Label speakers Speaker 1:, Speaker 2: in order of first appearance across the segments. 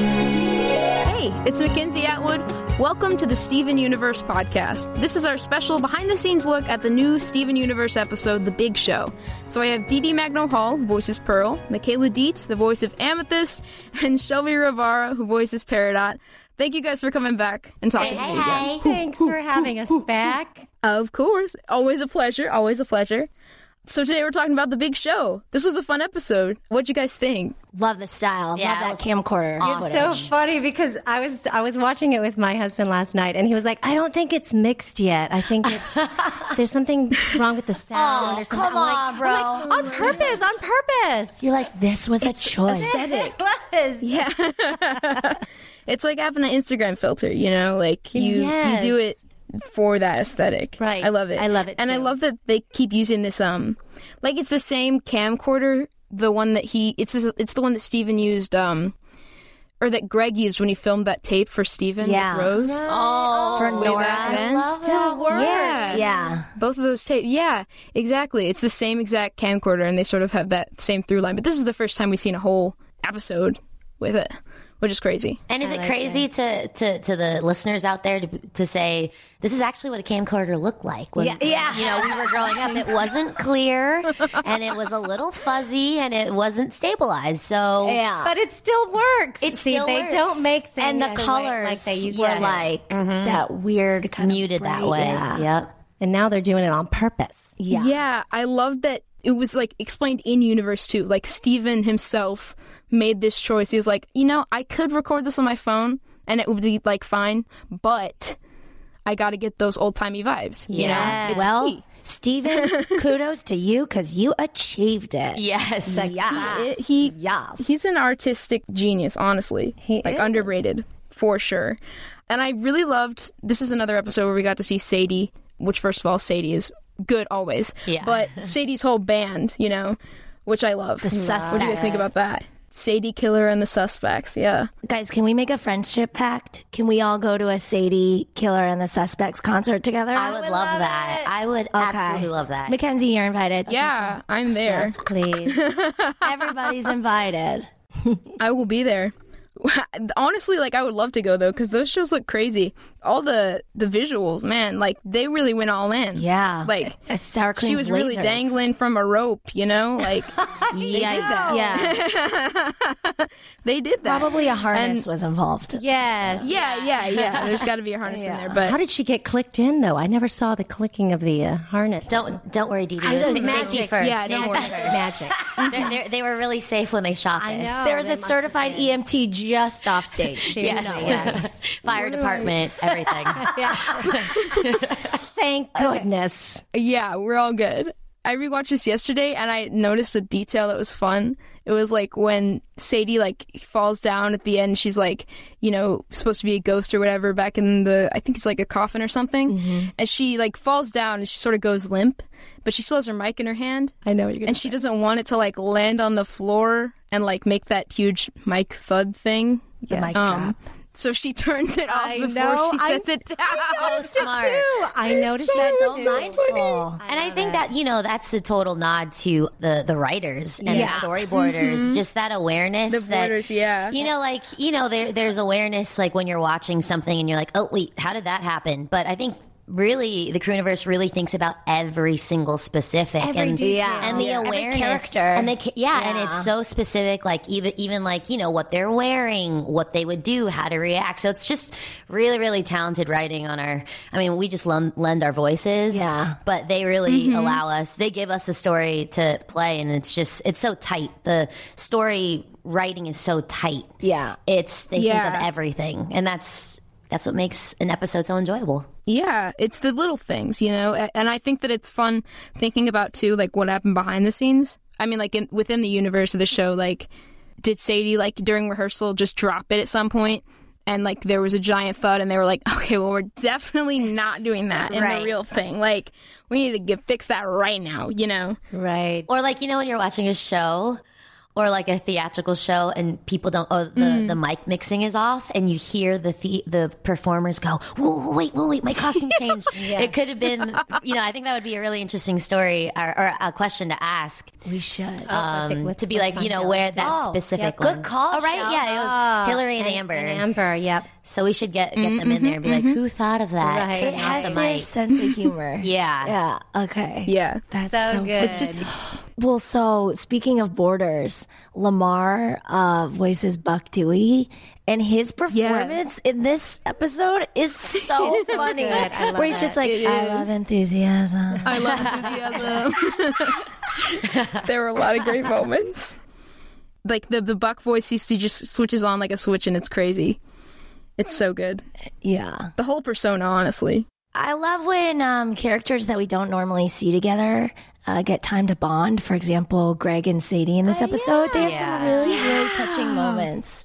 Speaker 1: Hey, it's Mackenzie Atwood. Welcome to the Steven Universe podcast. This is our special behind the scenes look at the new Steven Universe episode, The Big Show. So I have Dee Dee Magno Hall, who voices Pearl, Michaela Dietz, the voice of Amethyst, and Shelby Rivara, who voices Peridot. Thank you guys for coming back and talking to me again.
Speaker 2: Thanks for having us back.
Speaker 1: Of course. Always a pleasure. Always a pleasure. So today we're talking about the big show. This was a fun episode. What'd you guys think?
Speaker 3: Love the style.
Speaker 4: Yeah, it
Speaker 3: Love
Speaker 4: was
Speaker 3: that camcorder.
Speaker 4: awesome.
Speaker 3: footage.
Speaker 2: So funny because I was I was watching it with my husband last night and he was like, I don't think it's mixed yet. I think it's there's something wrong with the sound.
Speaker 4: Oh,
Speaker 2: or something."
Speaker 4: come on,
Speaker 2: I'm like- I'm like, on purpose, on purpose.
Speaker 3: You're like, this was a choice.
Speaker 2: It was.
Speaker 1: Yeah. it's like having an Instagram filter, you know, like you
Speaker 2: Yes.
Speaker 1: you do it for that aesthetic.
Speaker 2: Right.
Speaker 1: I love it.
Speaker 2: I love it,
Speaker 1: And I
Speaker 2: too.
Speaker 1: love that they keep using this um like it's the same camcorder, the one that he it's this, it's the one that Steven used um or that Greg used when he filmed that tape for Steven
Speaker 3: Yeah.
Speaker 1: with Rose.
Speaker 4: Oh,
Speaker 3: For
Speaker 1: way
Speaker 3: Nora.
Speaker 1: back then.
Speaker 4: still works.
Speaker 1: Yeah.
Speaker 3: Yeah.
Speaker 1: Both of those tapes. Yeah, exactly. It's the same exact camcorder, and they sort of have that same through line. But this is the first time we've seen a whole episode with it, which is crazy.
Speaker 4: And is it crazy to, to to the listeners out there to to say this is actually what a camcorder looked like when
Speaker 3: Yeah.
Speaker 4: you know we were growing up? It wasn't clear, and it was a little fuzzy, and it wasn't stabilized. So
Speaker 3: Yeah.
Speaker 2: But it still works.
Speaker 4: It
Speaker 2: See,
Speaker 4: still
Speaker 2: they
Speaker 4: works.
Speaker 2: don't make
Speaker 3: and
Speaker 2: things
Speaker 3: the
Speaker 2: way-
Speaker 3: colors
Speaker 2: like they used
Speaker 3: were
Speaker 2: to.
Speaker 3: like Mm-hmm. that weird kind
Speaker 4: muted
Speaker 3: of
Speaker 4: that
Speaker 3: bright-
Speaker 4: way.
Speaker 3: Yeah.
Speaker 4: Yep.
Speaker 2: And now they're doing it on purpose.
Speaker 3: Yeah.
Speaker 1: Yeah, I love that it was like explained in universe too. Like Steven himself made this choice. He was like, you know, I could record this on my phone and it would be like fine, but I got to get those old timey vibes. You
Speaker 4: Yeah.
Speaker 1: know, it's
Speaker 3: Well,
Speaker 1: key.
Speaker 3: Steven, kudos to you because you achieved it.
Speaker 4: Yes.
Speaker 3: Yeah.
Speaker 1: It- he
Speaker 3: Yeah.
Speaker 1: he's an artistic genius, honestly.
Speaker 2: He
Speaker 1: like
Speaker 2: is.
Speaker 1: underrated for sure. And I really loved this is another episode where we got to see Sadie, which first of all Sadie is good always.
Speaker 4: Yeah.
Speaker 1: But Sadie's whole band, you know, which I love. The
Speaker 3: suspects.
Speaker 1: What do you guys think about that? Sadie Killer and the Suspects, yeah.
Speaker 3: Guys, can we make a friendship pact? Can we all go to a Sadie Killer and the Suspects concert together?
Speaker 4: I would love that. I would absolutely love that.
Speaker 3: Mackenzie, you're invited.
Speaker 1: Yeah, I'm there.
Speaker 3: Please. Everybody's invited.
Speaker 1: I will be there. Honestly, like I would love to go though cuz those shows look crazy. All the the visuals, man, like they really went all in.
Speaker 3: Yeah.
Speaker 1: Like
Speaker 3: Sour cream.
Speaker 1: she was really dangling from a rope, you know? Like
Speaker 4: Yikes. Yeah.
Speaker 1: they did that.
Speaker 3: Probably a harness was involved.
Speaker 2: Yes.
Speaker 1: Yeah, yeah, yeah. There's got to be a harness in there, but
Speaker 2: How did she get clicked in though? I never saw the clicking of the uh, harness.
Speaker 4: Don't don't worry, Dee Dee. It was
Speaker 2: just
Speaker 4: Safety
Speaker 2: magic.
Speaker 4: first.
Speaker 1: yeah, don't
Speaker 4: Safety
Speaker 1: worry.
Speaker 4: first.
Speaker 2: Magic.
Speaker 4: They're- they're- they were really safe when they shot this.
Speaker 3: There was a certified EMT just off stage.
Speaker 4: Yes. yes. Fire department, everything.
Speaker 3: Thank goodness.
Speaker 1: yeah, we're all good. I rewatched this yesterday and I noticed a detail that was fun. It was like when Sadie like falls down at the end, she's like, you know, supposed to be a ghost or whatever back in the I think it's like a coffin or something.
Speaker 2: Mm-hmm.
Speaker 1: And she like falls down and she sort of goes limp, but she still has her mic in her hand.
Speaker 2: I know what you're gonna
Speaker 1: and she doesn't want it to like land on the floor and like make that huge mic thud thing.
Speaker 3: The mic
Speaker 1: Um, so she turns it off
Speaker 2: I
Speaker 1: before
Speaker 2: know,
Speaker 1: she
Speaker 2: I'm-
Speaker 1: sets it down.
Speaker 4: so smart.
Speaker 2: I noticed that
Speaker 3: So
Speaker 2: too.
Speaker 3: mindful.
Speaker 4: and I think that you know that's a total nod to the the writers and
Speaker 3: Yeah.
Speaker 4: the storyboarders, just that awareness.
Speaker 1: The
Speaker 4: that,
Speaker 1: borders, yeah.
Speaker 4: You know, like you know, there, there's awareness like when you're watching something and you're like, oh wait, how did that happen? But I think really the Crooniverse really thinks about every single specific
Speaker 3: Every
Speaker 4: and
Speaker 3: detail.
Speaker 4: and the
Speaker 3: Yeah. Every
Speaker 4: awareness
Speaker 3: character.
Speaker 4: and they ca- yeah, and it's so specific like even even like you know what they're wearing what they would do how to react so it's just really really talented writing on our i mean we just lend, lend our voices
Speaker 3: Yeah.
Speaker 4: but they really
Speaker 3: Mm-hmm.
Speaker 4: allow us they give us a story to play and it's just it's so tight the story writing is so tight
Speaker 3: Yeah.
Speaker 4: it's they think
Speaker 1: Yeah.
Speaker 4: of everything and that's that's what makes an episode so enjoyable
Speaker 1: Yeah, it's the little things, you know, a- and I think that it's fun thinking about too, like what happened behind the scenes. I mean, like in, within the universe of the show, like did Sadie like during rehearsal just drop it at some point, and like there was a giant thud, and they were like, okay, well, we're definitely not doing that in
Speaker 4: Right.
Speaker 1: the real thing. Like we need to get fix that right now, you know.
Speaker 2: Right.
Speaker 4: Or like you know when you're watching a show or like a theatrical show and people don't oh the,
Speaker 3: Mm.
Speaker 4: the mic mixing is off and you hear the the, the performers go whoa whoa, wait whoa wait my costume changed it could have been you know i think that would be a really interesting story or, or a question to ask
Speaker 3: We
Speaker 2: Oh,
Speaker 3: should.
Speaker 4: um, to be like you know where that specific
Speaker 3: Oh, yeah, good
Speaker 4: one.
Speaker 3: call,
Speaker 4: oh right yeah it was hillary and, amber
Speaker 2: Amber, yep.
Speaker 4: so we should get get them
Speaker 3: Mm-hmm,
Speaker 4: in there and be like who thought of that
Speaker 2: Right.
Speaker 3: it
Speaker 4: Turn off
Speaker 3: has
Speaker 4: the
Speaker 3: their
Speaker 4: mic
Speaker 3: sense of humor.
Speaker 4: yeah
Speaker 3: Yeah. Okay.
Speaker 1: Yeah.
Speaker 3: That's
Speaker 2: So
Speaker 3: so,
Speaker 2: good.
Speaker 1: It's just
Speaker 3: Well, so speaking of borders, Lamar uh, voices Buck Dewey, and his performance in this episode is so funny.
Speaker 2: good. I love
Speaker 3: Where he's
Speaker 2: it.
Speaker 3: just like, I love enthusiasm.
Speaker 1: I love enthusiasm. there were a lot of great moments. Like the the Buck voice, he, he just switches on like a switch, and it's crazy. It's so good.
Speaker 3: yeah.
Speaker 1: The whole persona, honestly.
Speaker 3: I love when um, characters that we don't normally see together uh, get time to bond. For example, Greg and Sadie in
Speaker 2: Uh,
Speaker 3: this episode, they have some really, really touching moments.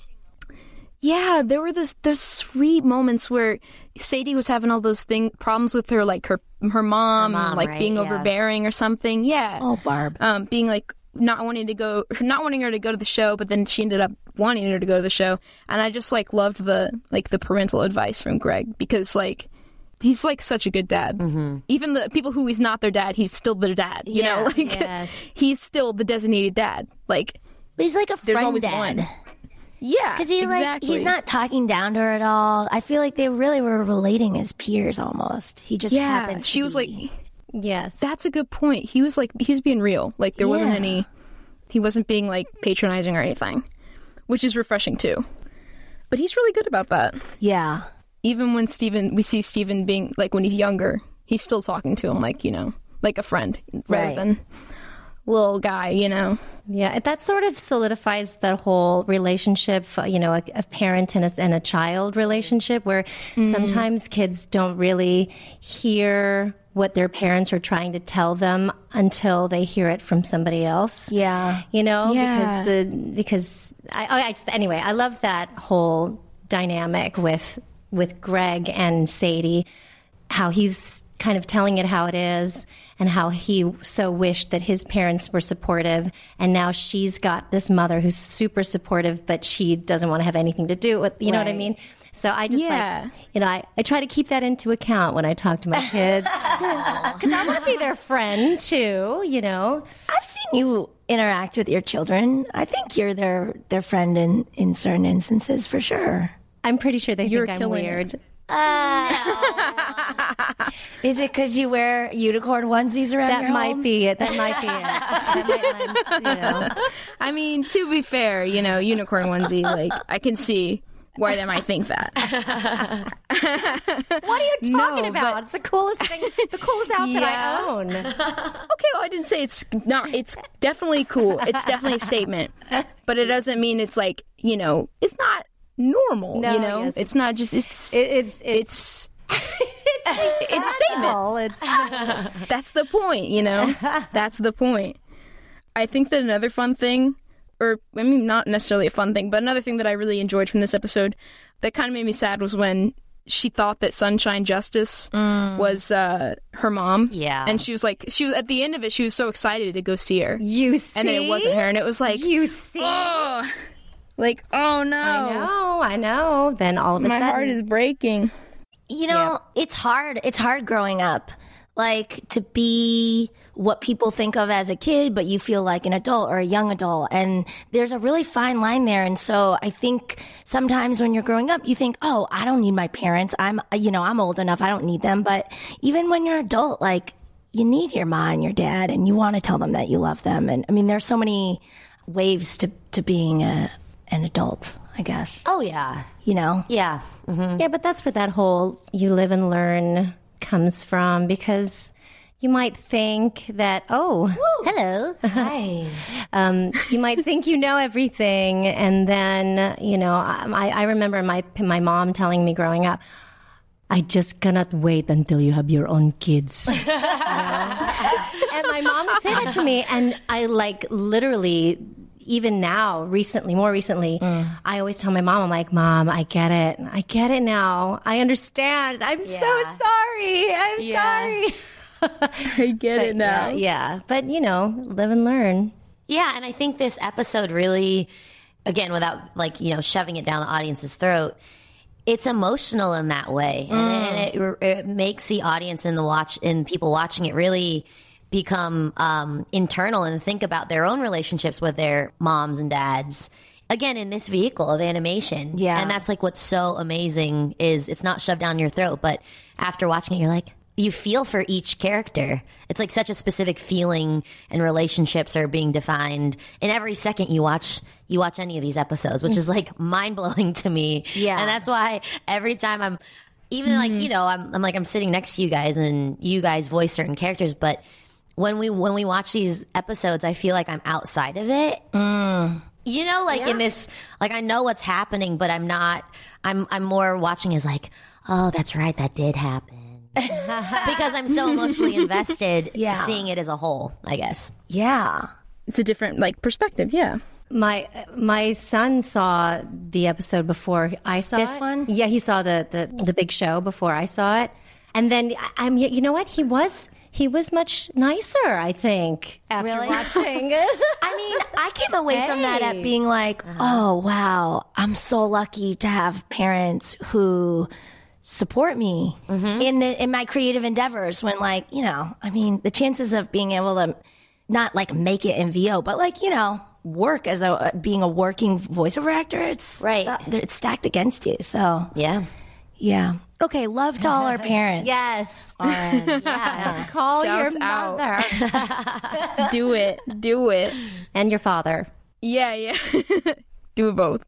Speaker 1: Yeah, there were those those sweet moments where Sadie was having all those thing problems with her, like her her mom,
Speaker 4: mom,
Speaker 1: like
Speaker 4: right?
Speaker 1: being
Speaker 4: Yeah.
Speaker 1: overbearing or something. Yeah.
Speaker 3: Oh, Barb.
Speaker 1: um, being like not wanting to go, not wanting her to go to the show, but then she ended up wanting her to go to the show. And I just like loved the like the parental advice from Greg because like he's like such a good dad. Even the people who he's not their dad, he's still their dad. You know, like
Speaker 2: yes.
Speaker 1: he's still the designated dad. Like
Speaker 3: But he's like a
Speaker 1: there's
Speaker 3: friend
Speaker 1: always
Speaker 3: dad.
Speaker 1: one. Yeah,
Speaker 3: Because he like
Speaker 1: exactly.
Speaker 3: he's not talking down to her at all. I feel like they really were relating as peers almost. He just
Speaker 1: Yeah,
Speaker 3: happens.
Speaker 1: she
Speaker 3: to
Speaker 1: was like,
Speaker 3: be.
Speaker 2: Yes.
Speaker 1: that's a good point. He was like, he was being real. Like there wasn't
Speaker 3: Yeah.
Speaker 1: any, he wasn't being like patronizing or anything, which is refreshing too. But he's really good about that.
Speaker 3: yeah,
Speaker 1: Even when Steven, we see Steven being like when he's younger, he's still talking to him like, you know, like a friend rather
Speaker 3: Right.
Speaker 1: than little guy, you know.
Speaker 2: Yeah, that sort of solidifies the whole relationship, uh, you know, a, a parent and a, and a child relationship where
Speaker 4: Mm-hmm.
Speaker 2: sometimes kids don't really hear what their parents are trying to tell them until they hear it from somebody else.
Speaker 3: Yeah.
Speaker 2: You know,
Speaker 1: Yeah.
Speaker 2: because uh, because I, I- I just anyway, I love that whole dynamic with with Greg and Sadie how he's kind of telling it how it is and how he so wished that his parents were supportive and now she's got this mother who's super supportive but she doesn't want to have anything to do with you know what i
Speaker 3: Right.
Speaker 2: mean so i just
Speaker 1: Yeah.
Speaker 2: like you know I, I try to keep that into account when i talk to my kids because i want to be their friend too you know
Speaker 3: I've seen you interact with your children. I think you're their their friend in in certain instances for sure.
Speaker 2: i'm pretty sure they
Speaker 1: You're
Speaker 2: think i'm
Speaker 1: killing it.
Speaker 2: weird
Speaker 3: Is it because you wear unicorn onesies around
Speaker 2: that
Speaker 3: your
Speaker 2: might
Speaker 3: home?
Speaker 2: be it that might be it that might, you know.
Speaker 1: I mean, to be fair, you know, unicorn onesie, like I can see why they might think that.
Speaker 2: what are you talking
Speaker 1: No,
Speaker 2: about
Speaker 1: but-
Speaker 2: it's the coolest thing the coolest outfit
Speaker 1: Yeah.
Speaker 2: i own
Speaker 1: Okay, well, I didn't say it's not. It's definitely cool. It's definitely a statement, but it doesn't mean it's like you know, it's not normal.
Speaker 2: No,
Speaker 1: you know,
Speaker 2: yes.
Speaker 1: it's not just it's
Speaker 2: It- it's it's
Speaker 1: it's it's statement.
Speaker 2: all it's
Speaker 1: That's the point. You know, that's the point. I think that another fun thing, or I mean, not necessarily a fun thing, but another thing that I really enjoyed from this episode that kind of made me sad was when she thought that Sunshine Justice
Speaker 2: Mm.
Speaker 1: was uh, her mom.
Speaker 4: Yeah.
Speaker 1: and she was like, she was at the end of it, she was so excited to go see her.
Speaker 2: you see
Speaker 1: and then it wasn't her, and it was like,
Speaker 2: you see
Speaker 1: oh, like oh no,
Speaker 2: I know, I know. Then all of a
Speaker 1: my
Speaker 2: sudden,
Speaker 1: heart is breaking.
Speaker 3: You know, it's hard. It's hard growing up, like to be what people think of as a kid, but you feel like an adult or a young adult. And there's a really fine line there. And so I think sometimes when you're growing up, you think, oh, I don't need my parents. I'm, you know, I'm old enough. I don't need them. But even when you're adult, like you need your mom and your dad and you want to tell them that you love them. And I mean, there's so many waves to, to being a, an adult, I guess,
Speaker 4: oh yeah
Speaker 3: you know?
Speaker 4: yeah
Speaker 2: yeah, but that's where that whole "you live and learn" comes from because you might think that oh, hello,
Speaker 3: Hi.
Speaker 2: um, you might think you know everything, and then you know, um, I, I remember my my mom telling me growing up. I just cannot wait until you have your own kids. You know? and my mom would say that to me, and I like literally, even now, recently, more recently,
Speaker 3: Mm.
Speaker 2: I always tell my mom, I'm like, Mom, I get it, I get it now, I understand. I'm so sorry, I'm sorry.
Speaker 1: I get it now.
Speaker 2: Yeah, yeah, but you know, live and learn.
Speaker 4: Yeah, and I think this episode really, again, without like you know shoving it down the audience's throat, it's emotional in that way, and, it, it, it makes the audience and the watch and people watching it really become um, internal and think about their own relationships with their moms and dads. Again, in this vehicle of animation,
Speaker 3: Yeah.
Speaker 4: and that's like what's so amazing is it's not shoved down your throat, but after watching it, you're like. You feel for each character. It's like such a specific feeling, and relationships are being defined in every second you watch you watch any of these episodes, which is like mind blowing to me.
Speaker 3: Yeah.
Speaker 4: and that's why every time I'm, even like you know, I'm, I'm like I'm sitting next to you guys, and you guys voice certain characters, but when we when we watch these episodes, I feel like I'm outside of it. You know, like in this, like I know what's happening, but I'm not. I'm I'm more watching as like, oh, that's right, that did happen, because I'm so emotionally invested.
Speaker 3: Yeah.
Speaker 4: seeing it as a whole, I guess.
Speaker 3: Yeah.
Speaker 1: It's a different like perspective. Yeah.
Speaker 2: My my son saw the episode before I saw
Speaker 3: This
Speaker 2: it.
Speaker 3: one?
Speaker 2: Yeah, he saw the, the the big show before I saw it, and then I- I'm you know what he was he was much nicer I think after
Speaker 3: Really?
Speaker 2: watching.
Speaker 3: I mean, I came away from that at being like, oh, wow, I'm so lucky to have parents who support me in the, in my creative endeavors when like, you know, I mean, the chances of being able to not like make it in VO, but like, you know, work as a being a working voiceover actor, it's
Speaker 4: Right.
Speaker 3: it's stacked against you. So,
Speaker 4: Yeah.
Speaker 3: yeah. Okay, love to all our parents.
Speaker 2: yes,
Speaker 4: Yeah.
Speaker 2: call
Speaker 1: Shouts
Speaker 2: your
Speaker 1: out.
Speaker 2: mother
Speaker 1: Do it. Do it.
Speaker 2: and your father.
Speaker 1: Yeah, yeah. Do both.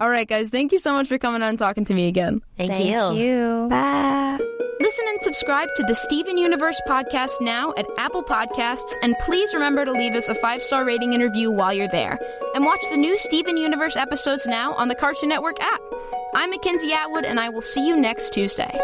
Speaker 1: All right, guys. Thank you so much for coming on and talking to me again.
Speaker 4: Thank,
Speaker 2: Thank you.
Speaker 3: Bye.
Speaker 1: Listen and subscribe to the Steven Universe podcast now at Apple Podcasts, and please remember to leave us a five star rating and review while you're there. And watch the new Steven Universe episodes now on the Cartoon Network app. I'm Mackenzie Atwood, and I will see you next Tuesday.